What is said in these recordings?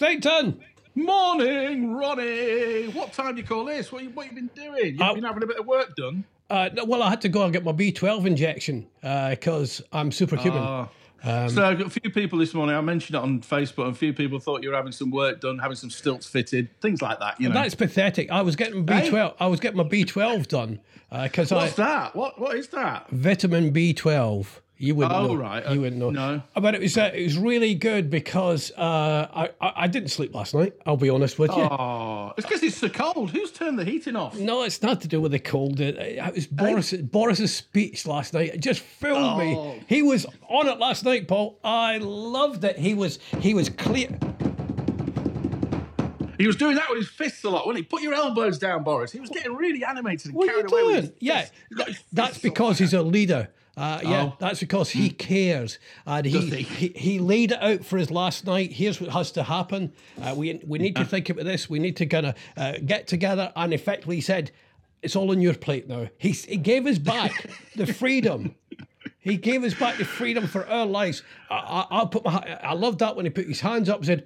Staten. Morning, Ronnie. What time do you call this? What you, what you been doing? You've Uh, been having a bit of work done. Uh, no, well, I had to go and get my B12 injection because I'm superhuman. Oh. um, so a few people this morning. I mentioned it on Facebook, and a few people thought you were having some work done, having some stilts fitted, things like that. You know, That's pathetic. I was getting Hey? B12. I was getting my B12 done because I what's that? What what is that? vitamin B12. You wouldn't Oh, know. right. You Uh, wouldn't know. no. But it was uh, it was really good because uh, I, I I didn't sleep last night. I'll be honest with you. Oh, it's because it's so cold. Who's turned the heating off? Mm. No, it's not to do with the cold. It, it was Boris Boris's speech last night. It just filled Oh. me. He was on it last night, Paul. I loved it. He was he was clear. He was doing that with his fists a lot, wasn't he? Put your elbows down, Boris. He was getting really animated and What are you carried away. With doing? his Yeah, fists. He's got his that's fists because he's a leader. Uh, yeah, Oh. that's because he cares, and he, he? he he laid it out for us last night. Here's what has to happen. Uh, we we need to think about this. We need to kind of uh, get together. And effectively said, it's all on your plate now. He s- he gave us back the freedom. He gave us back the freedom for our lives. I, I, I'll put my. ha- I loved that when he put his hands up and said,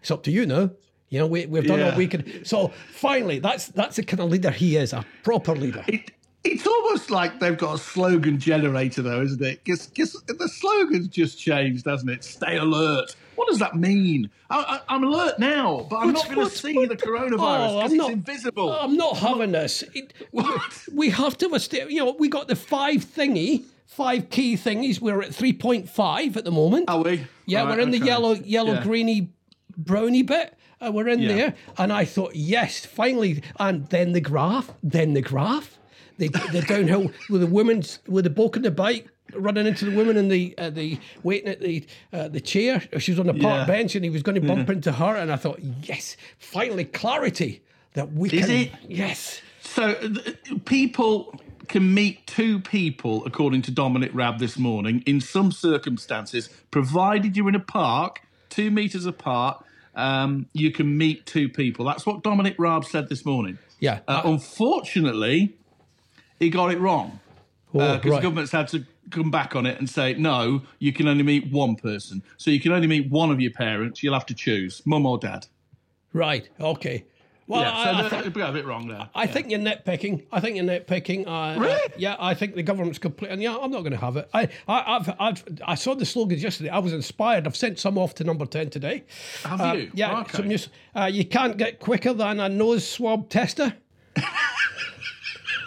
"It's up to you now." You know, we, we've done Yeah. all we can. So finally, that's that's the kind of leader he is, a proper leader. It, it's almost like they've got a slogan generator, though, isn't it? Because the slogan's just changed, hasn't it? Stay alert. What does that mean? I, I, I'm alert now, but I'm What's- not going to what's- see what the the- coronavirus Oh, I'm because it's not- Oh, invisible. I'm not having this. It- we- What? We have to, have a sta- you know, we got the five thingy, five key thingies. We're at 3.5 at the moment. Are we? Yeah, Right, we're in the Uh, okay. yellow, yellow, Yeah. greeny, browny bit. Uh, we're in Yeah. there, and I thought, yes, finally. And then the graph, then the graph, the, the downhill with the women's with the bloke on the bike running into the woman in the uh, the waiting at the uh, the chair. She was on the park Yeah. Mm-hmm. bench, and he was going to bump into her. And I thought, yes, finally clarity that we Is can. it? Yes. So th- people can meet two people, according to Dominic Rabb this morning, in some circumstances, provided you're in a park, two meters apart. Um, you can meet two people. That's what Dominic Raab said this morning. Yeah. Uh, unfortunately, he got it wrong Oh, because the right. government's had to come back on it and say, no, you can only meet one person. So you can only meet one of your parents. You'll have to choose mum or dad. Right. Okay. Well, Yeah, so I, I that- thought- we got a bit wrong there. I think you're nitpicking. I think you're nitpicking. I, I- Really? yeah, I think the government's complete. And yeah, I'm not going to have it. I, I, I've, I've, I saw the slogans yesterday. I was inspired. I've sent some off to number ten today. Have Uh, you? Yeah. Okay. Some news. Uh, you can't get quicker than a nose swab tester.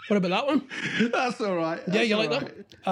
what about that one? That's all right. Yeah, That's you all like right. that?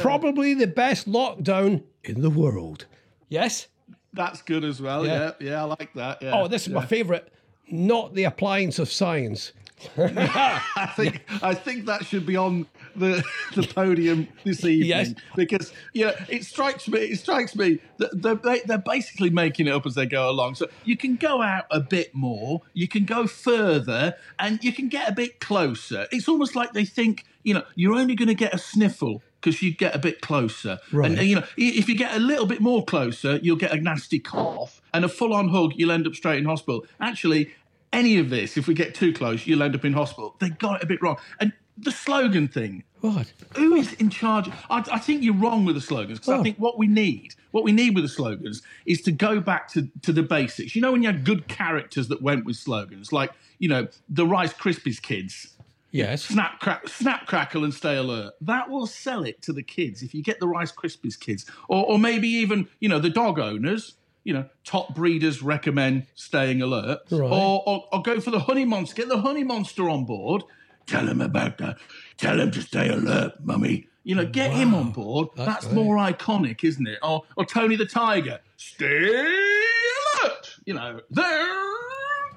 Uh, Probably the best lockdown in the world. Yes. That's good as well. Yeah, Yeah. yeah, I like that. Yeah. Oh, this is my favourite. Not the appliance of science. I think I think that should be on the the podium this evening Yes. because you know it strikes me it strikes me that they're, they, they're basically making it up as they go along. So you can go out a bit more, you can go further, and you can get a bit closer. It's almost like they think you know you're only going to get a sniffle. Because you get a bit closer, Right. and, and you know i- if you get a little bit more closer, you'll get a nasty cough and a full-on hug. You'll end up straight in hospital. Actually, any of this, if we get too close, you'll end up in hospital. They got it a bit wrong. And the slogan thing, What? who is in charge? I, I think you're wrong with the slogans because I Oh. think what we need, what we need with the slogans, is to go back to, to the basics. You know, when you had good characters that went with slogans, like, you know, the Rice Krispies kids, Yes. snap, crack, snap crackle and stay alert. That will sell it to the kids if you get the Rice Krispies kids, or, or maybe even you know the dog owners. You know, top breeders recommend staying alert, Right. or, or or go for the honey monster. Get the honey monster on board. Tell him about that. Tell him to stay alert, mummy. You know, get him on board. That's, right. more iconic, isn't it? Or or Tony the Tiger. Stay alert. You know, they're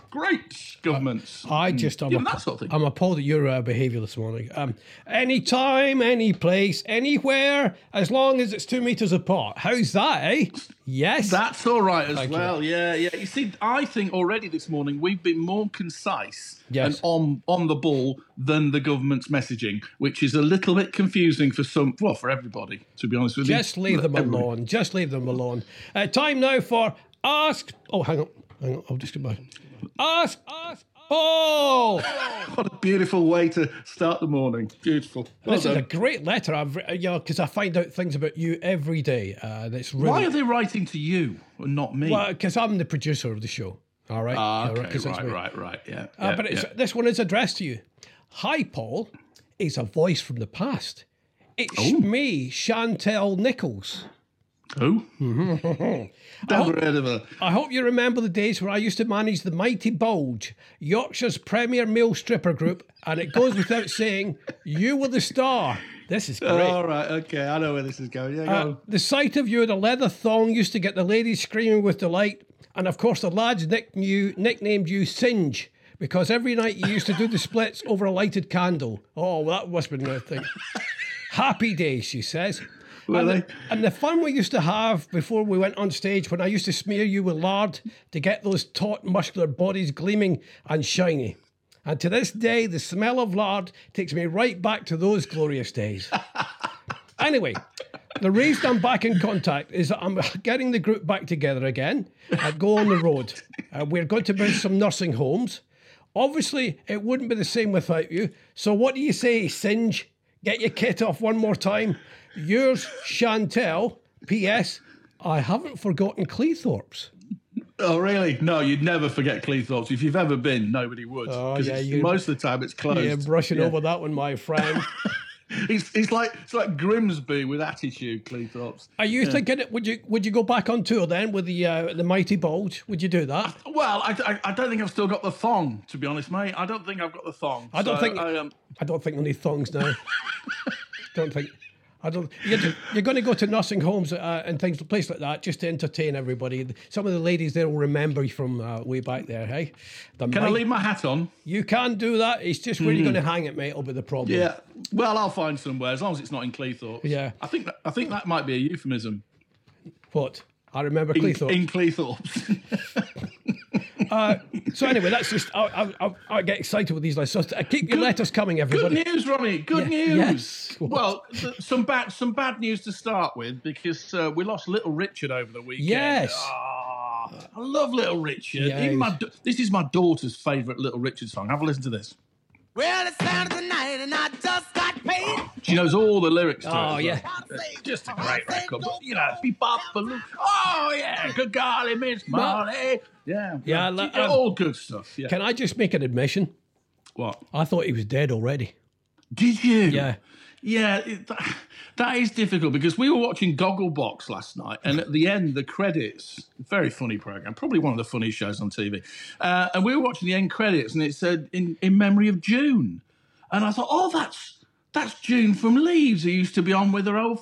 great governments. I just, I'm, Yeah, app- that sort of thing. I'm appalled at your uh, behaviour this morning. Um, anytime, any place, anywhere, as long as it's two metres apart. How's that, eh? Yes. That's all right as Thank you. well. Yeah, yeah. You see, I think already this morning we've been more concise Yes. and on on the ball than the government's messaging, which is a little bit confusing for some, well, for everybody. To be honest with you, Just leave them Everybody. alone. Just leave them alone. Uh, time now for Ask. Oh, hang on. Hang on. I'll just get my. Ask. Ask. ask Oh, What a beautiful way to start the morning. Beautiful. Well this is a done. great letter. I've uh, re- yeah, because I find out things about you every day. Uh, that's really Why are they writing to you and not me? because I'm the producer of the show. All right. Ah, All okay, right, 'cause it's right, me. right, right. Yeah. Uh, yeah, but it's, yeah. this one is addressed to you. Hi, Paul. It's a voice from the past. It's Oh. me, Chantel Nichols. who? Oh. Never heard of her. I hope you remember the days where I used to manage the Mighty Bulge, Yorkshire's premier male stripper group, and it goes without saying, you were the star. This is great. All right. Okay. I know where this is going. Yeah. Go Uh, on. the sight of you in a leather thong used to get the ladies screaming with delight, and of course the lads nick- you- nicknamed you Singe because every night you used to do the splits over a lighted candle. Oh, well, that must have been a thing. Happy days, she says. Were and, the, they? and the fun we used to have before we went on stage when I used to smear you with lard to get those taut, muscular bodies gleaming and shiny. And to this day, the smell of lard takes me right back to those glorious days. Anyway, the reason I'm back in contact is that I'm getting the group back together again and go on the road. Uh, we're going to build some nursing homes. Obviously, it wouldn't be the same without you. So, what do you say, Singe? Get your kit off one more time. Yours, Chantel. P.S. I haven't forgotten Cleethorpes. Oh, really? No, you'd never forget Cleethorpes. If you've ever been, nobody would. Oh, 'Cause yeah, it's- you- most of the time it's closed. Yeah, brushing over that one, my friend. It's, it's like it's like Grimsby with attitude, Cleethorpes. Are you thinking? Would you would you go back on tour then with the uh, the mighty bulge? Would you do that? Well, I, I, I don't think I've still got the thong, to be honest, mate. I don't think I've got the thong. I don't So think- I, um, I don't think they need thongs now. don't think. I don't. You're, just- you're going to go to nursing homes uh, and things, place like that, just to entertain everybody. Some of the ladies there will remember you from uh, way back there. Hey, The can I mic- leave my hat on? You can do that. It's just where you're going to hang it, mate. Will be the problem. Yeah. Well, I'll find somewhere as long as it's not in Cleethorpes. Yeah. I think that, I think that might be a euphemism. What? I remember In, Cleethorpes. in Cleethorpes. So anyway, that's just. I, I, I, I get excited with these letters. So uh, keep your letters coming, Good everybody. news, Ronnie. Good Yeah, news. yes. What? Well, th- some bad some bad news to start with because uh, we lost Little Richard over the weekend. Yes. Ah, I love Little Richard. Yeah, Even he my was- da- this is my daughter's favourite Little Richard song. Have a listen to this. Well, it's Saturday night and I just got paid. She knows all the lyrics to it. Oh, as yeah. well. It's Oh, Just a great record. But, you know, bebop, baloo. Oh, yeah. Good golly, Miss Molly. Yeah. Yeah, I well, lo- you know, um, all good stuff. Yeah. Can I just make an admission? what? I thought he was dead already. Did you? Yeah. Yeah, it, that, that is difficult because we were watching Gogglebox last night, and at the end, the credits, very funny program, probably one of the funniest shows on TV. Uh, and we were watching the end credits, and it said in, in memory of June. And I thought, oh, that's that's June from Leaves, who used to be on with her old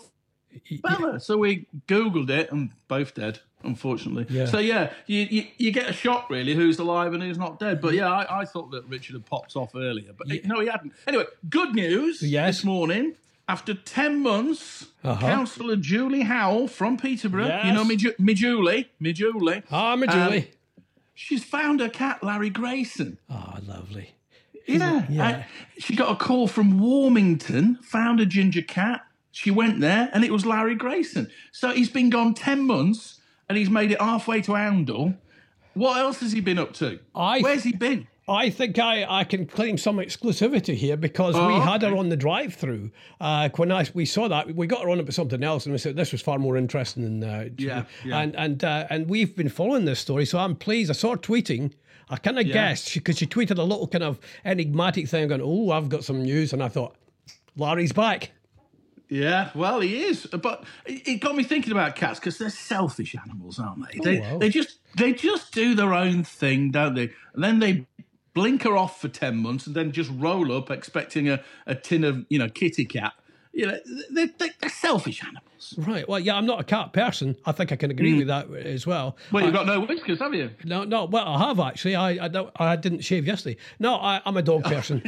fella. So we Googled it, and both dead, unfortunately. Yeah. So, yeah, you, you, you get a shock, really, who's alive and who's not dead. But yeah, I, I thought that Richard had popped off earlier, but no, he hadn't. Anyway, good news Yes. this morning. After 10 months, Uh-huh. Councillor Julie Howell from Peterborough, you Yes. know me, Ju- me Julie, me Julie, Ah, my Um, Julie. she's found her cat, Larry Grayson. Ah, lovely. Yeah. Yeah. I- she got a call from Warmington, found a ginger cat. She went there and it was Larry Grayson. So he's been gone 10 months and he's made it halfway to Oundle. What else has he been up to? I- Where's he been? I think I, I can claim some exclusivity here because we Oh, had her okay. on the drive through. Uh, when I, we saw that, we got her on about something else, and we said this was far more interesting than. Uh, Yeah, yeah. And and uh, and we've been following this story, so I'm pleased. I saw her tweeting. I kind of guessed because she, tweeted a little kind of enigmatic thing, going, "Oh, I've got some news," and I thought, "Larry's back." Yeah, well, he is, but it it got me thinking about cats because they're selfish animals, aren't they? they, Oh, wow. they just they just do their own thing, don't they? And then they blinker off for ten months, and then just roll up expecting a, a tin of you know kitty cat. You know, they, they, they're selfish animals. Right. Well, yeah, I'm not a cat person. I think I can agree with that as well. Hmm. Well, you've got no whiskers, have you? No, no. Well, I have actually. I I, don't, I didn't shave yesterday. No, I, I'm a dog person.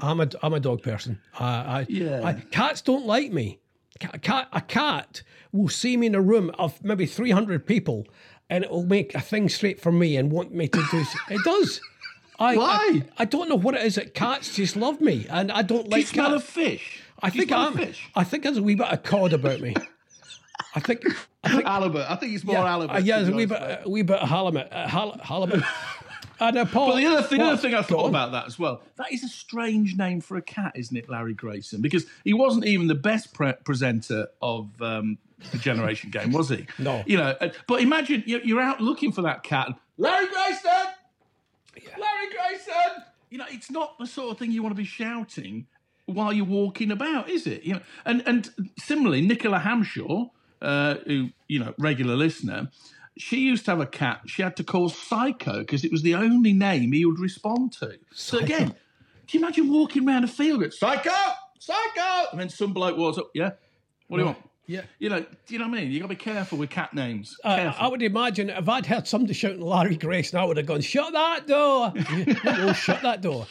I'm a I'm a dog person. I, I, Yeah. I cats don't like me. Ca- A cat a cat will see me in a room of maybe 300 people, and it will make a thing straight for me and want me to do. s- it does. I, Why? I, I don't know what it is that cats just love me, and I don't You like smell of cats. fish. I Do you think smell I'm. of fish. I think there's a wee bit of cod about me. I think. I think Halibut. I think it's more yeah, halibut. uh, yeah, to there's a be wee honest, bit, mate. a wee bit of halibut. Uh, hal- halibut. And a But the other thing, the What? other thing I Go thought on. about that as well. That is a strange name for a cat, isn't it, Larry Grayson? Because he wasn't even the best pre- presenter of um, the Generation Game, was he? No. You know, uh, but imagine you- you're out looking for that cat. And, Larry Grayson. Larry Grayson. You know, it's not the sort of thing you want to be shouting while you're walking about, is it? You know, and and similarly, Nicola Hamshaw, uh, who you know, regular listener, she used to have a cat. She had to call Psycho because it was the only name he would respond to. So again, can you imagine walking around a field? It's Psycho, Psycho, and then some bloke walks up. Yeah, what do you want? Yeah. You know, do you know what I mean? You got to be careful with cat names. Uh, careful. I would imagine if I'd heard somebody shouting Larry Grayson, I would have gone, "Shut that door! oh, shut that door!"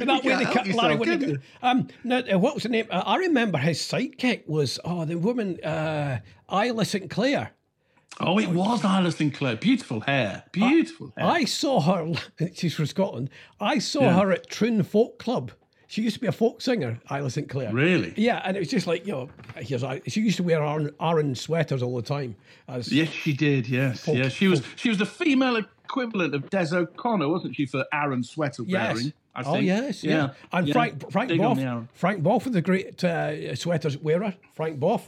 And that way, can't they help kept Larry yourself, wouldn't. can have got- Um, now, uh, what was the name? Uh, I remember his sidekick was oh the woman uh, Isla St Clair. oh, it was Isla Sinclair. Beautiful hair. Beautiful hair. I saw her. She's from Scotland. I saw Yeah. her at Troon Folk Club. She used to be a folk singer, Isla St Clair. Really? Yeah, and it was just like you know, here's I- she used to wear orange, orange sweaters all the time. As Yes, she did. Yes, yes. She was she was the female equivalent of Des O'Connor, wasn't she, for Aaron sweater Yes. wearing? I oh think. yes, yeah. And yeah. Frank Frank Big on Boff, the Aaron. Frank Boff was a great uh, sweaters wearer. Frank Boff.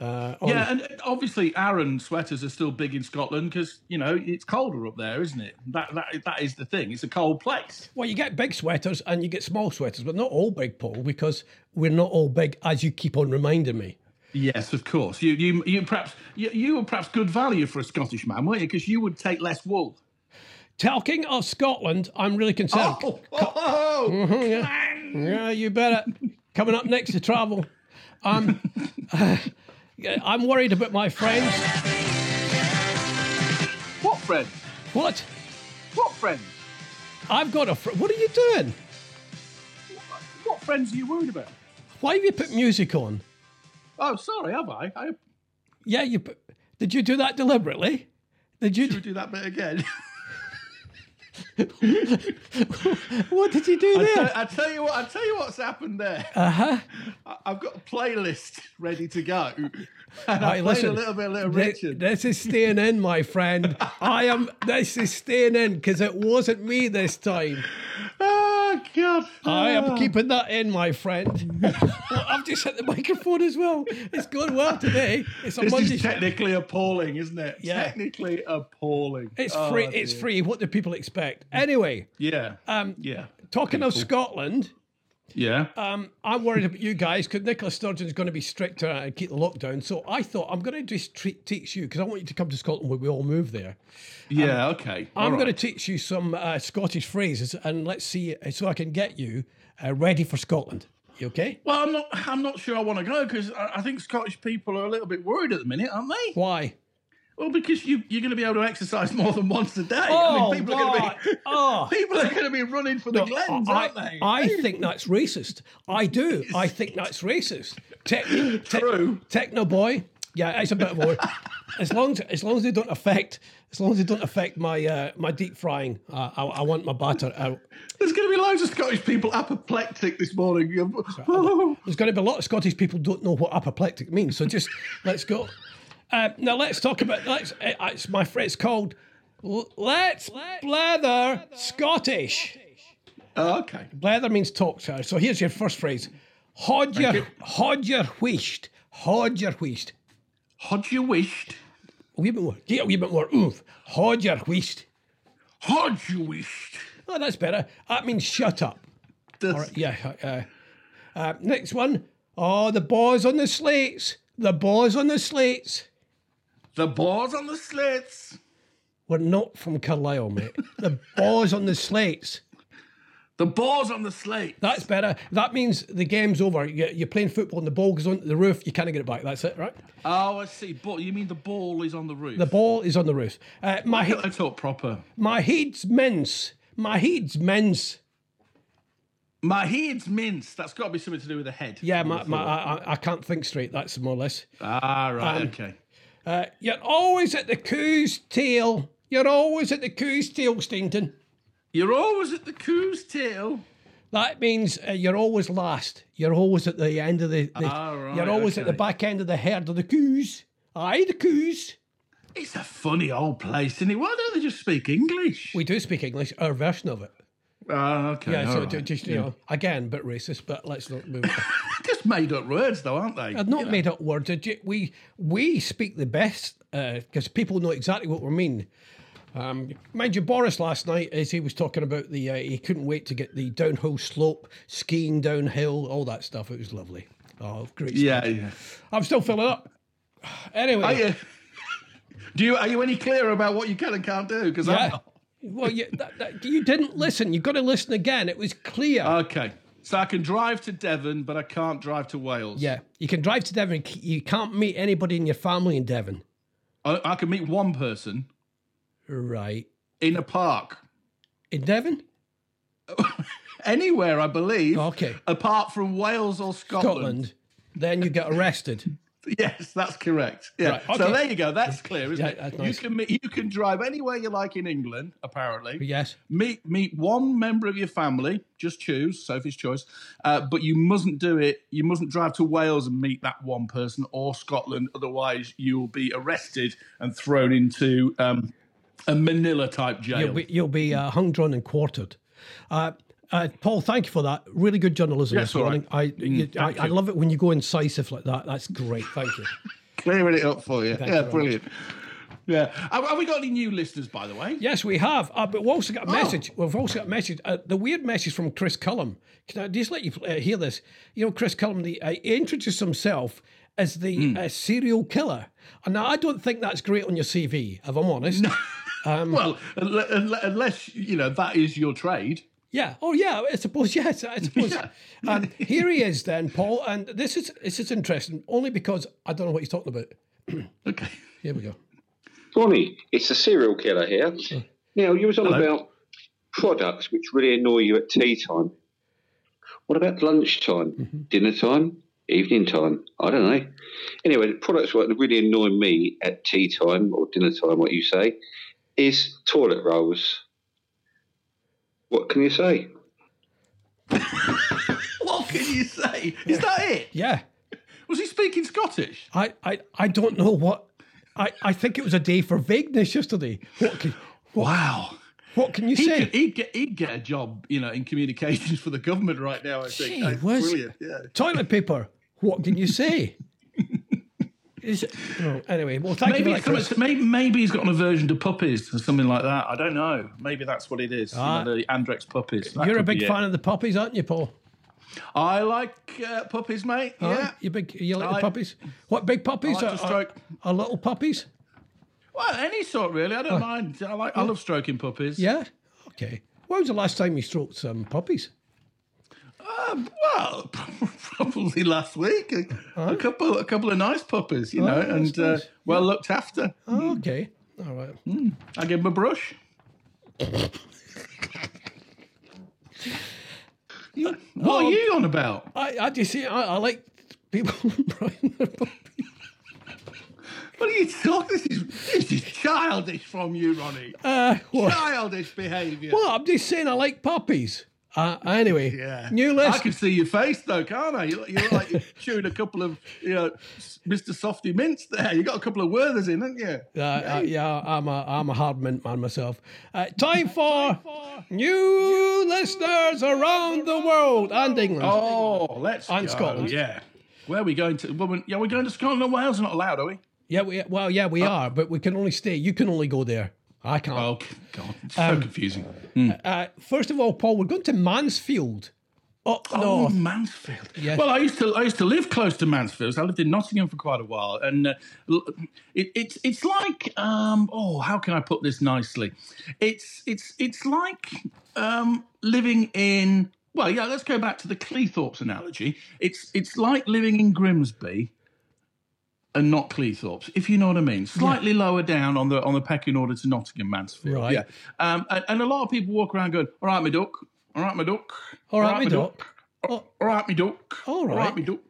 Uh, on- Yeah, and and obviously Aaron sweaters are still big in Scotland because you know it's colder up there, isn't it? That that that is the thing. It's a cold place. Well, you get big sweaters and you get small sweaters, but not all big, Paul, because we're not all big, as you keep on reminding me. Yes, of course. You you you perhaps you, you were perhaps good value for a Scottish man, weren't you? Because you would take less wool. Talking of Scotland, I'm really concerned. Oh, oh, oh. Clang. Yeah, you better. Coming up next to travel, um, I'm worried about my friends. What friend? What? What friend? I've got a. Fr- what are you doing? What friends are you worried about? Why have you put music on? Oh, sorry, have I? I Yeah, you. Put- Did you do that deliberately? Did you? do that bit again. What did you do there? I tell you what. I tell you what's happened there. Uh huh. I- I've got a playlist ready to go, and I Right, played listen. a little bit of Little This, Richard. this is staying in, my friend. I am. This is staying in because it wasn't me this time. oh God! I am Ah. keeping that in, my friend. Well, I've just hit the microphone as well. It's going well today. It's a This Monday. is show. technically appalling, isn't it? Yeah. Technically appalling. It's Oh, free. It's dear. free. What do people expect? Anyway, Yeah. um, yeah. talking of People. Scotland, Yeah. um, I'm worried about you guys because Nicola Sturgeon's going to be stricter and keep the lockdown. So I thought I'm going to just treat, teach you because I want you to come to Scotland when we all move there. yeah. okay. I'm going to teach you some uh, Scottish phrases and let's see so I can get you uh, ready for Scotland. You okay? Well, I'm not. I'm not sure I want to go because I, I think Scottish people are a little bit worried at the minute, aren't they? Why? Well, because you, you're going to be able to exercise more than once a day. I Oh, mean, people are going to be. what? Oh. People are going to be running for the glens, I, aren't they? I think that's racist. I do. I think that's racist. Tech, tech- True. Techno boy. Yeah, it's a bit of a word. As long as, as long as they don't affect as long as they don't affect my uh, my deep frying, uh, I, I want my batter out. There's going to be loads of Scottish people apoplectic this morning. There's going to be a lot of Scottish people don't know what apoplectic means. So just let's go. Uh, now let's talk about let's. uh, It's my friend. It's called L- let's blather Scottish. Oh, okay. Blather means talk, sir. So here's your first phrase: Hod your you. hod your wheesht, hod your wheesht. Hodge you wished. A wee bit more. Get a wee bit more oomph. Hod your wheesht. Hodge you wished. Oh, that's better. That means shut up. That's- Yeah. Uh, uh, next one. Oh, the boys on the slates. The boys on the slates. The boar's on the slits. We're not from Carlisle, mate. The ball's on the slates. The boar's on the slate. That's better. That means the game's over. You- You're playing football and the ball goes onto the roof. You can't get it back. That's it, right? Oh, I see. But you mean the ball is on the roof? The ball is on the roof. Uh, my he- I talk proper. my head's mince. My head's mince. My head's minced. That's got to be something to do with the head. Yeah, my, my, I, I- I can't think straight. That's more or less. Ah, Um, right. okay. Uh, you're always at the coo's tail. You're always at the coo's tail, Steenton. You're always at the coo's tail. That means uh, you're always last. You're always at the end of the. the Ah, right, you're always at the okay. back end of the herd of the coos. Aye, the coos. It's a funny old place, isn't it? Why don't they just speak English? We do speak English, our version of it. Ah, okay. Yeah, so all ju- right. just you know, again, a bit racist, but let's not move. on. just made up words, though, aren't they? I've not made up words. I ju- We we speak the best because people know exactly what we mean. Um, mind you, Boris last night, as he was talking about the, uh, he couldn't wait to get the downhill slope, skiing downhill, all that stuff. It was lovely. Oh, great! stuff. Yeah, yeah. I'm still filling up. Anyway, Are you, do you are you any clearer about what you can and can't do? Because I'm yeah. not. Well, you, that, that, you didn't listen. You've got to listen again. It was clear. Okay, so I can drive to Devon, but I can't drive to Wales. yeah, you can drive to Devon. c- You can't meet anybody in your family in Devon, I, I can meet one person right? in a park In Devon, anywhere, I believe. Okay. Apart from Wales or Scotland. Scotland. Then you get arrested. Yes, that's correct. Yeah. Right, okay. So there you go. That's clear, isn't Yeah, it? that's nice. You can meet, you can drive anywhere you like in England, apparently. Yes. Meet meet one member of your family. Just choose Sophie's choice. Uh, but you mustn't do it. You mustn't drive to Wales and meet that one person or Scotland. Otherwise, you'll be arrested and thrown into um, a Manila type jail. You'll be, you'll be uh, hung, drawn, and quartered. Uh, uh, Paul, thank you for that. Really good journalism Yes, this all Mm, morning. I, you, I, thank I you. love it when you go incisive like that. That's great. Thank you. Clearing it up for you. you very yeah, much. brilliant. Yeah. Have, have we got any new listeners, by the way? yes, we have. Uh, but we've also Oh. got a message. We've also got a message. Uh, the weird message from Chris Cullum. Can I just let you uh, hear this? You know, Chris Cullum, the, uh, he introduced himself as the Hmm. uh, serial killer. And now I don't think that's great on your CV, if I'm honest. Well, unle- unle- unless you know that is your trade. Yeah. Oh, yeah. I suppose yes. I suppose. Yeah. And here he is, then, Paul. And this is this is interesting only because I don't know what he's talking about. Okay. Here we go. Bonnie, it's a serial killer here. Now, you was on about products which really annoy you at tea time. What about lunchtime, dinner time, evening time? I don't know. Anyway, the products that really annoy me at tea time or dinner time, what you say, is toilet rolls. What can you say? What can you say? Is that it? Yeah. Was he speaking Scottish? I I, I don't know what. I, I think it was a day for vagueness yesterday. What can what, Wow. what can you He say? could, he'd, get, he'd get a job, you know, in communications for the government right now. I think Gee That's whiz. brilliant. Yeah. Toilet paper. What can you say? is it, no, anyway, well, thank Maybe, you it's for that, Chris. something- maybe maybe he's got an aversion to puppies or something like that. I don't know. Maybe that's what it is. Ah. you know, the Andrex puppies. That You're a could be big it. fan of the puppies, aren't you, Paul? I like uh, puppies, mate. Yeah. You big. You like the I- puppies? What big puppies? I like to Are- stroke- are, are little puppies? Well, any sort really. I don't mind. I like. I love stroking puppies. Yeah. Okay. When was the last time you stroked some puppies? Um, well, probably last week. A, a couple, a couple of nice puppies, you know, that's and uh, nice. well looked after. Oh, okay. All right. Hmm. I give them a brush. You- what Oh. are you on about? I, I just see. I, I like people brushing their puppies. What are you talking? This is this is childish from you, Ronnie. Uh, what? Childish behaviour. Well, I'm just saying I like puppies. Uh, anyway, Yeah. new I list. can see your face though, can't I? You look, you look like you're chewing a couple of, you know, Mr. Softy Mints there. You got a couple of Werthers in, haven't you? Uh, uh, yeah, I'm a I'm a hard mint man myself. Uh, time for new listeners around the world and England. Oh, let's And go. Scotland. Yeah. Where are we going to? Well, we- yeah, we're going to Scotland and Wales. We're Not allowed, are we? Yeah, we, well, yeah, we are, but we can only stay. You can only go there. I can't. Oh c- God, it's Um, so confusing. Oh. Uh, first of all, Paul, we're going to Mansfield. Up Oh, north. Mansfield. Yes. Well, I used to I used to live close to Mansfield. So I lived in Nottingham for quite a while, and uh, l- it, it's it's like um, oh, how can I put this nicely? It's it's it's like um, living in well, yeah. Let's go back to the Cleethorpes analogy. It's it's like living in Grimsby. And not Cleethorpes, if you know what I mean. Slightly lower down on the on the pecking order to Nottingham, Mansfield. Right. Yeah. Um, and, and a lot of people walk around going, "All right, my duck. All right, my duck. All right, me duck. Oh, All right, me duck. All right. me duck.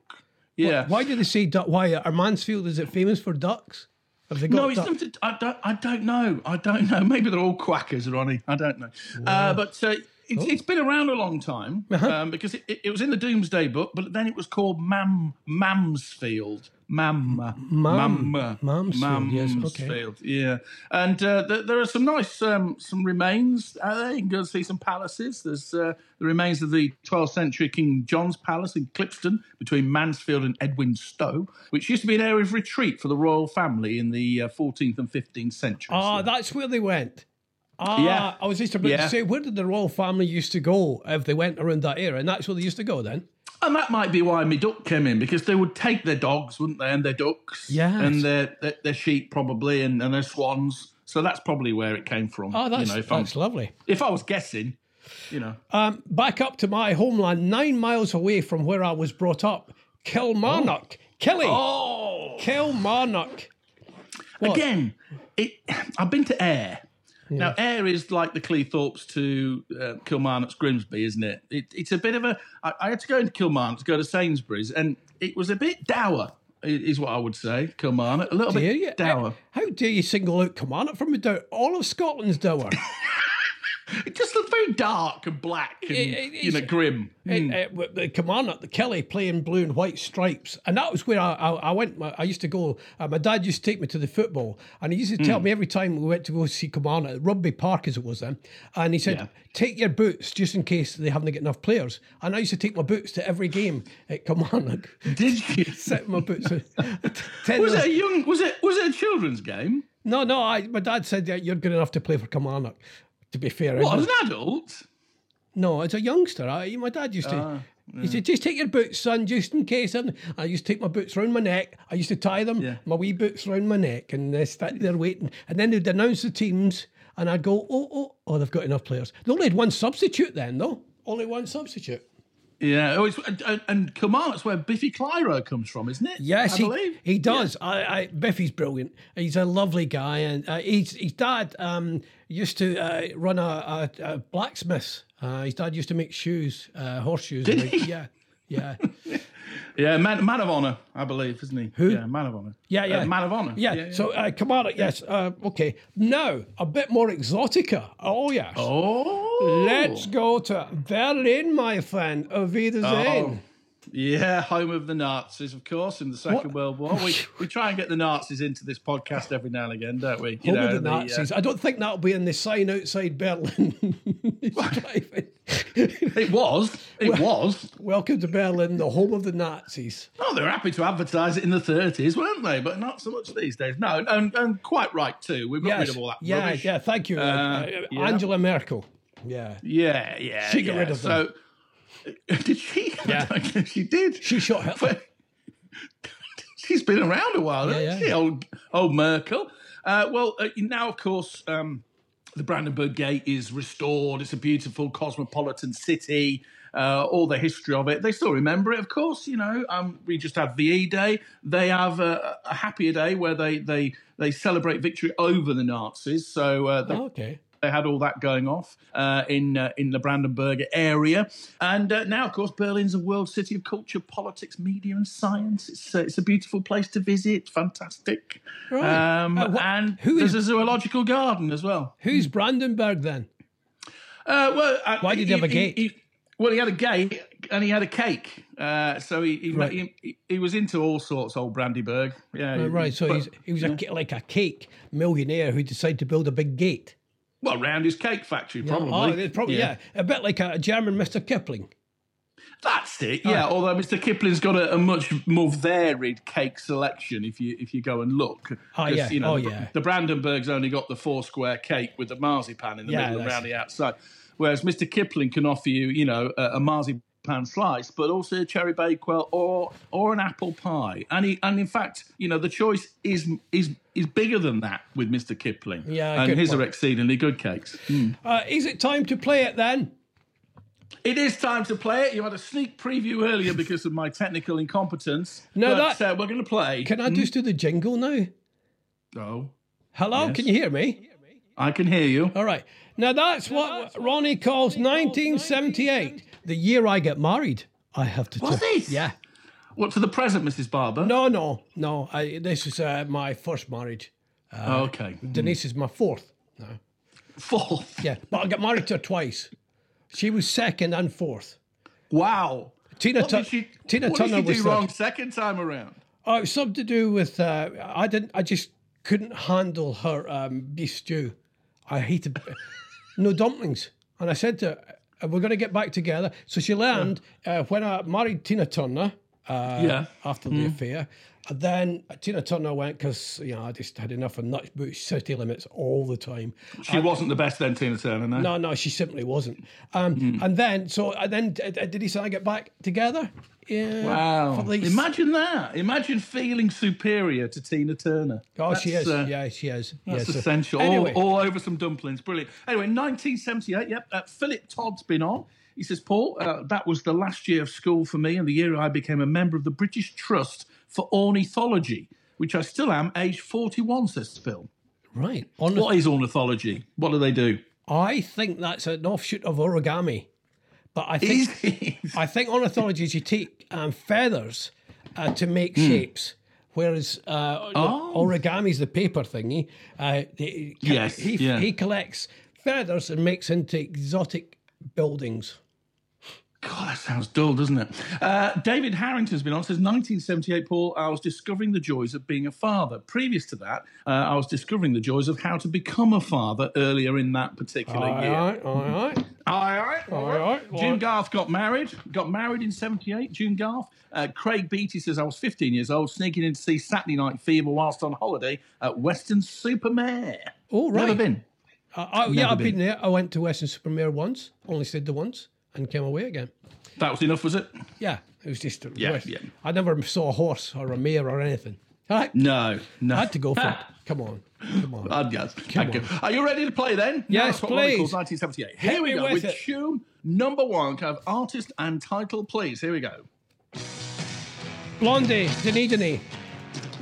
Yeah. Why do they say duck? Why uh, are Mansfield? Is it famous for ducks? Have they got No, it's duck- something. I don't. I don't know. I don't know. Maybe they're all quackers, Ronnie. I don't know. Uh, but uh, Oh. it's, it's been around a long Uh-huh. time um, because it, it, it was in the Doomsday Book, but then it was called Mam Mamsfield. Mamma. Mam- Mamma. Mansfield, yes, okay. Mansfield, Yeah. And uh, th- there are some nice um, some remains out there. You can go and see some palaces. There's uh, the remains of the 12th century King John's Palace in Clipston between Mansfield and Edwin Stowe, which used to be an area of retreat for the royal family in the uh, 14th and 15th centuries. Ah, that's where they went. Ah, Yeah. I was just about Yeah. to say, where did the royal family used to go if they went around that area? And that's where they used to go then. And that might be why my duck came in because they would take their dogs, wouldn't they, and their ducks, Yes. and their, their their sheep probably, and, and their swans. So that's probably where it came from. Oh, that's, you know, if, that's I'm, lovely. if I was guessing, you know, Um, back up to my homeland, nine miles away from where I was brought up, Kilmarnock. Kelly. oh, Kilmarnock. What? again, it. I've been to Ayr. Now Ayr is like the Cleethorpes to uh, Kilmarnock's Grimsby, isn't it? it? It's a bit of a. I, I had to go into Kilmarnock to go to Sainsbury's, and it was a bit dour, i- is what I would say. Kilmarnock, a little Dare bit you? dour. How dare you single out Kilmarnock from a doubt? All of Scotland's dour. It just looked very dark and black and It- it you know is- grim. Hmm. It- it- w- the Kilmarnock, the Kelly playing blue and white stripes. And that was where I, I, I went. My- I used to go. Uh, my dad used to take me to the football. And he used to tell Hmm. me every time we went to go see Kilmarnock, at Rugby Park as it was then. And he said, Yeah. take your boots just in case they haven't got enough players. And I used to take my boots to every game at Kilmarnock. Did you? Set my boots. in. Ten Was of- it a young? Was it was it a children's game? No, no. I, my dad said, yeah, you're good enough to play for Kilmarnock. To be fair, I What was- as an adult? No, as a youngster, I, my dad used to. Ah, He said, "Just take your boots, son, just in case." And I used to take my boots round my neck. I used to tie them, Yeah. my wee boots round my neck, and they stand there waiting. And then they'd announce the teams, and I'd go, "Oh, oh, oh, they've got enough players." They only had one substitute then, though. Only one substitute. Yeah. Oh, it's, and- and, and Kilmarnock's where Biffy Clyro comes from, isn't it? Yes, I he, believe. he does. I, I, Biffy's brilliant. He's a lovely guy, and uh, he's, his dad um, used to uh, run a, a, a blacksmith. Uh, his dad used to make shoes, uh, horseshoes. Did like- he? Yeah, yeah. Yeah, man, man of honor, I believe, isn't he? Who? Yeah, man of honor. Yeah, yeah. Uh, man of honor. Yeah. So uh, Kamara, yes. Uh, okay. Now a bit more exotica. Oh yes. oh. Let's go to Berlin, my friend. Auf Oh, Wiedersehen. Yeah, home of the Nazis, of course, in the Second What? World War. We, we try and get the Nazis into this podcast every now and again, don't we? You Home of know, the uh, Nazis. I don't think that'll be in the sign outside Berlin. It's driving. it was. It was. Welcome to Berlin, the home of the Nazis. Oh, they were happy to advertise it in the 30s, weren't they? But not so much these days. No, and, and quite right too. We've got Yes. rid of all that Yeah, rubbish. yeah. Thank you, uh, uh, yeah. Angela Merkel. Yeah. yeah, yeah. She got yeah. rid of them. So, did she? Yeah. I don't know if she did. She shot Hitler. Well, She's been around a while, hasn't yeah. she, old old Merkel? Uh, well, uh, now of course um, the Brandenburg Gate is restored. It's a beautiful cosmopolitan city. Uh, all the history of it, they still remember it. Of course, you know. Um, we just had VE Day. They have a, a happier day where they they they celebrate victory over the Nazis. So uh, they, Oh, Okay. they had all that going off uh, in uh, in the Brandenburg area, and uh, now, of course, Berlin's a world city of culture, politics, media, and science. It's uh, it's a beautiful place to visit. Fantastic. Right. Um, Uh, what- and who there's is- a zoological garden as well. Who's Brandenburg then? Uh, well, uh, Why did he have a gate? he- well, he had a gate and he had a cake, uh, so he he, Right. he he- he was into all sorts, old Brandenburg. Yeah, Uh, right. So Mm, but- he's, he was a, ca- like a cake millionaire who decided to build a big gate. well, round his cake factory, probably. Oh, it's probably yeah. a bit like a German Mr. Kipling. That's it. Yeah. Although Mr. Kipling's got a, a much more varied cake selection if you if you go and look. Oh, 'Cause, yeah. You know, Oh, the- yeah. The Brandenburg's only got the four square cake with the marzipan in the Yeah, middle and that's round the outside, whereas Mr. Kipling can offer you, you know, a, a marzipan slice, but also a cherry bakewell or or an apple pie. And he and in fact, you know, the choice is is is bigger than that with Mr. Kipling. Yeah, good And his point. are exceedingly good cakes. Uh, is it time to play it then? It is time to play it. You had a sneak preview earlier because of my technical incompetence. No, but, that- uh, we're going to play. Can I just do the jingle now? Oh, Hello, can you hear me? I can hear you. All right. Now that's what Ronnie calls 1978, the year I get married. I have to Was tell- it? Yeah. What to the present, Mrs. Barber? No, no, no. I, this is uh, my first marriage. Oh, okay. Denise is my fourth. No. Fourth. Yeah, but I got married to her twice. She was second and fourth. Wow. Tina, What Tu- did she, Tina what Turner did she was do third. wrong second time around? Oh, it was something to do with uh, I didn't. I just couldn't handle her um, beef stew. I hated no dumplings, and I said to her, "Uh, "We're going to get back together." So she learned uh, when I married Tina Turner. Uh, Yeah. After Hmm. the affair, and then Tina Turner went because you know I just had enough of nuts boots city limits all the time. She wasn't the best then, Tina Turner. No. No, no, she simply wasn't. Um, Hmm. And then, so and then, uh, did he say I get back together? Yeah. Wow. For these- Imagine that. Imagine feeling superior to Tina Turner. Oh, she That's, is. uh, yeah, she is. That's yeah, so- essential. Anyway, All, all over some dumplings. Brilliant. Anyway, 1978. Yep. Uh, Philip Todd's been on. He says, Paul, uh, that was the last year of school for me and the year I became a member of the British Trust for Ornithology, which I still am, age 41, says Phil. right. On What is ornithology? What do they do? I think that's an offshoot of origami, but I think Is- I think ornithology is you take um, feathers uh, to make shapes, whereas uh, Hmm. Oh. origami is the paper thingy. Uh, they, Yes, he, yeah. he collects feathers and makes into exotic buildings. God, that sounds dull, doesn't it? Uh, David Harrington's been on. Says 1978, Paul. I was discovering the joys of being a father. Previous to that, uh, I was discovering the joys of how to become a father earlier in that particular All year. right, all right. Aye, aye, all Aye, right. aye, June aye. Garth got married. Got married in '78. June Garth. Uh, Craig Beattie says I was 15 years old, sneaking in to see Saturday Night Fever whilst on holiday at Western Supermare. Oh, right. Never been. Uh, I, yeah, Never I've been. been. there. I went to Western Supermare once, only stayed there once, and came away again. That was enough, was it? Yeah, it was just. Yeah, West- yeah. I never saw a horse or a mare or anything. I No, no. had to go for it. Come on, come on. I'd guess. Thank on. you. Are you ready to play then? Yes, That's what Lorna calls please. 1978. Hit Here we me go with with it. tune number one. Kind of artist and title, please. Here we go. Blondie, Denny Denny.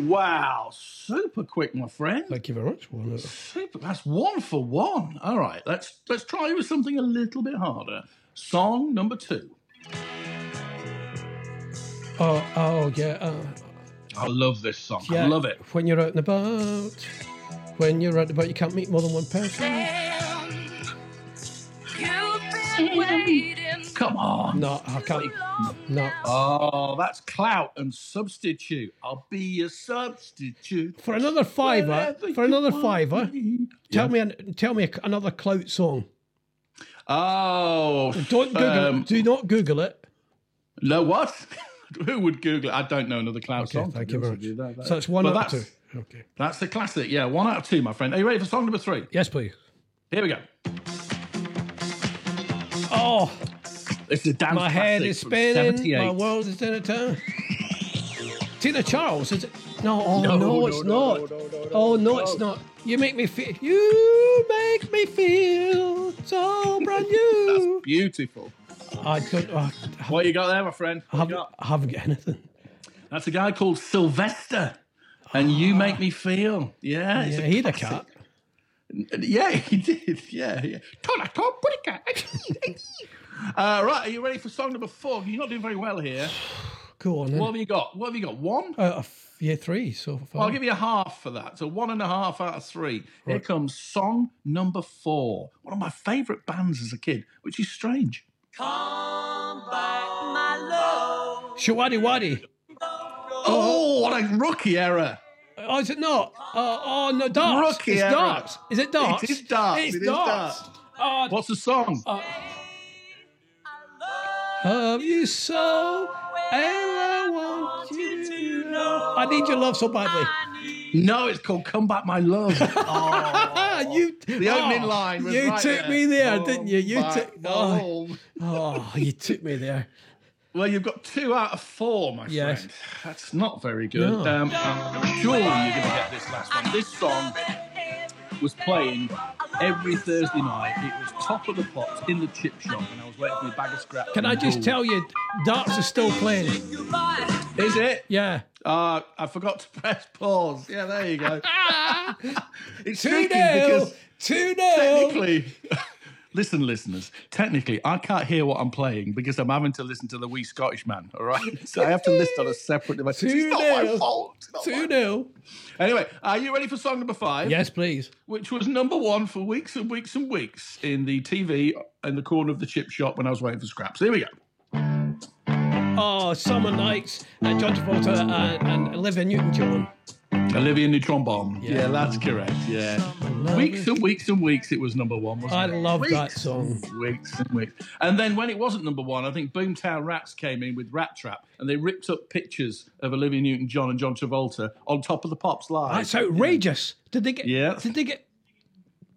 Wow, super quick, my friend. Thank you very much. Well, uh, Super. That's one for one. All right, let's let's try with something a little bit harder. Song number two. Oh, oh yeah, uh, I love this song. yeah. I love it. When you're out and about, when you're out and about, you can't meet more than one person. Come on. No, I can't. No, Oh, that's clout and substitute. I'll be your substitute. for another fiver, whenever for you another want fiver, me. tell me, an, tell me another clout song. Oh, Don't Google. um, it. Do not Google it. No, what? Who would Google it? I don't know another cloud Okay, song. thank to you be very honest much. with you. That- So it's one But up two. that's- Okay. That's the classic. Yeah, one out of two, my friend. Are you ready for song number three? Yes, please. Here we go. Oh, This is a dance my classic head is from spinning. 78. My world is in a turn. Tina Charles, is it? No, oh, no, No, no, it's no, not. no, no, no, oh, no, it's not. You make me feel. You make me feel so brand new. Beautiful. I uh, don't. I What you got there, my friend? What haven't, you got? I haven't got anything. That's a guy called Sylvester. And you make me feel. Ah. Yeah. it's Yeah, he had a classic. cat. Yeah, he did. Yeah, yeah. Tola, Tom, put a cat. Uh, right, are you ready for song number four? You're not doing very well here. Go on. What Then. have you got? What have you got? One? Out of year three so far. I'll give you a half for that. So one and a half out of three. Here comes song number four. One of my favourite bands as a kid, which is strange. Shawadi Wadi. Oh, what a rookie error. Oh, is it not? Oh, oh no, darts. Rookie it's error. darts. Is it darts? It is darts. It's It is darts. darts. Oh, What's the song? Love you so, and I want you to know. I need your love so badly. No, it's called Come Back My Love. Oh, you, the oh, opening line was You right took there. me there, Come didn't you? You back took. my Oh, love. oh, you took me there. Well, you've got two out of four, my Yes. friend. That's not very good. No. Um, I'm sure you're going to get this last one. This song was playing every Thursday night. It was top of the pops in the chip shop, and I was waiting for my bag of scraps. Can I just tell you, darts are still playing. Is it? Yeah. Uh, I forgot to press pause. Yeah, there you go. it's Two tricky nil. because Two nil. technically. Listen, listeners. Technically, I can't hear what I'm playing because I'm having to listen to the wee Scottish man. All right, so I have to listen on a separate device. It's not my Two-nil. fault. It's not my Two nil. Anyway, are you ready for song number five? Yes, please. Which was number one for weeks and weeks and weeks in the TV in the corner of the chip shop when I was waiting for scraps. Here we go. Oh, Summer Nights, uh, John Travolta uh, and Olivia Newton-John. Olivia Neutron Bomb. Yeah. Yeah, that's correct. Yeah. Weeks and weeks and weeks it was number one, wasn't I it? love Weeks that song. and Weeks and weeks. And then when it wasn't number one, I think Boomtown Rats came in with Rat Trap and they ripped up pictures of Olivia Newton John and John Travolta on top of the Pops Live. That's outrageous. Uh, Did they get? Yeah. Did they get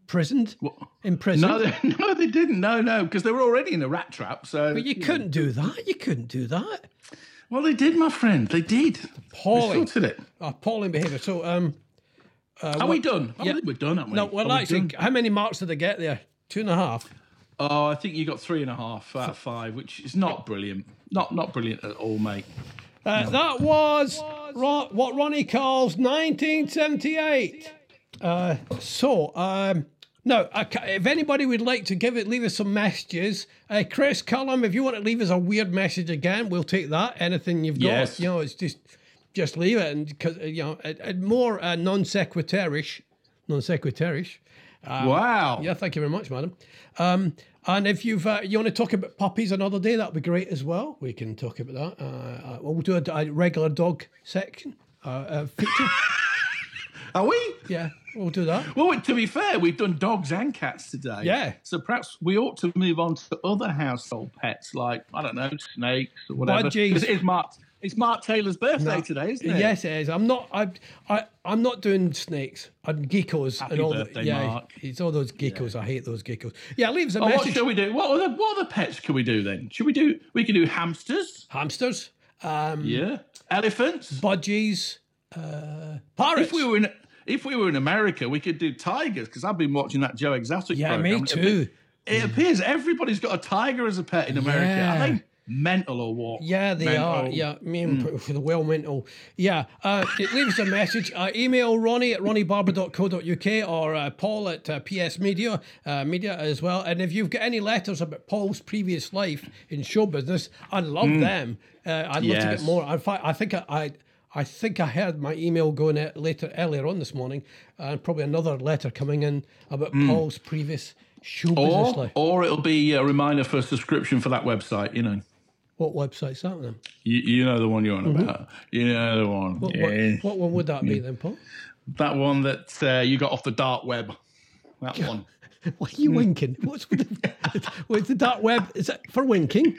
prisoned? Imprisoned? no, they, no, they didn't. No, no, because they were already in a rat trap. So, but you couldn't do that. You couldn't do that. well, they did, my friend. They did. They Appalling. sorted it. Oh, Appalling behaviour. So, um, Are we done? I yeah. think we're done, aren't we? no, Are well, we actually, done? how many marks did they get there? Two and a half. Oh, I think you got three and a half out of five, which is not brilliant. Not not brilliant at all, mate. Uh, That was, Ro- what Ronnie calls 1978. Uh, so, um, no, I ca- if anybody would like to give it, leave us some messages. Uh, Chris Cullum, if you want to leave us a weird message again, we'll take that. Anything you've got, Yes. you know, it's just just leave it, and because you know, it, it more uh, non sequiturish, non sequiturish. wow. Um, Yeah, thank you very much, madam. Um, and if you've uh, you want to talk about puppies another day, that'd be great as well. We can talk about that. Uh, uh, well, we'll do a, a regular dog section. Uh, uh, feature. Are we? yeah, we'll do that. Well, to be fair, we've done dogs and cats today. Yeah. So perhaps we ought to move on to other household pets, like I don't know, snakes or whatever. Budgies. 'Cause it is Mark. It's Mark Taylor's birthday today, isn't it? Yes, it is. I'm not. I, I, I'm not doing snakes. I'm geckos Happy and all. birthday, the, yeah, Mark. it's all those geckos. I hate those geckos. Yeah, leave us a Oh, what message. shall we do? What other what other pets can we do then? Should we do? We can do hamsters. Hamsters, um, Yeah. Elephants. budgies, uh, parrots. If we were in if we were in America, we could do tigers because I've been watching that Joe Exotic. yeah, program. me too. It appears everybody's got a tiger as a pet in America. Yeah. Are they mental or what? Yeah, they Mental. Hmm. are. Yeah, me and for the well mental. Yeah, uh, it leaves a message. Uh, email Ronnie at ronniebarber.co.uk or uh, Paul at uh, PS Media uh, Media as well. And if you've got any letters about Paul's previous life in show business, I'd love them. Uh, I'd love to get Hmm. Yes. more. In fact, I think I. I I think I heard my email going out later earlier on this morning, uh, and probably another letter coming in about Hmm. Paul's previous show business Or, life. or it'll be a reminder for a subscription for that website, you know. What website's that then? You, you know the one you're on about. You know the one. What, yeah. what, what one would that be then, Paul? That one that uh, you got off the dark web. That one. What are you winking? What's with the, with the dark web? Is that for winking?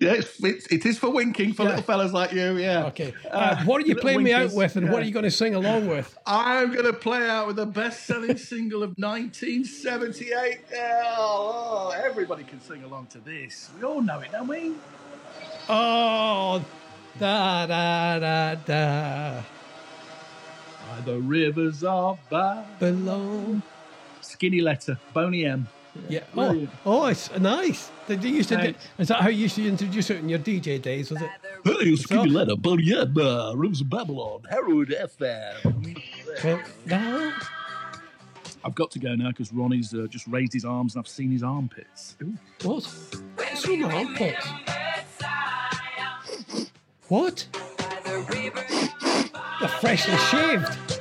Yeah, it's, it's, it is for winking for little fellas like you, yeah. Okay. Uh, what are you little playing me out winkers, with, and what are yeah. you going to sing along with? I'm going to play out with the best selling single of 1978. Oh, oh, everybody can sing along to this. We all know it, don't we? Oh, da da da da. By the rivers of Bath. Below. Skinny letter, Boney M. Yeah. Oh, brilliant. oh, it's nice. Did you used to? Do, Thanks. is that how you used to introduce it in your DJ days? Was it? Hey, Skinny letter, Boney M. Uh, rivers of Babylon, Herald FM. Da- I've got to go now because Ronnie's uh, just raised his arms and I've seen his armpits. Ooh. What? What's on the armpits? What? They're freshly shaved.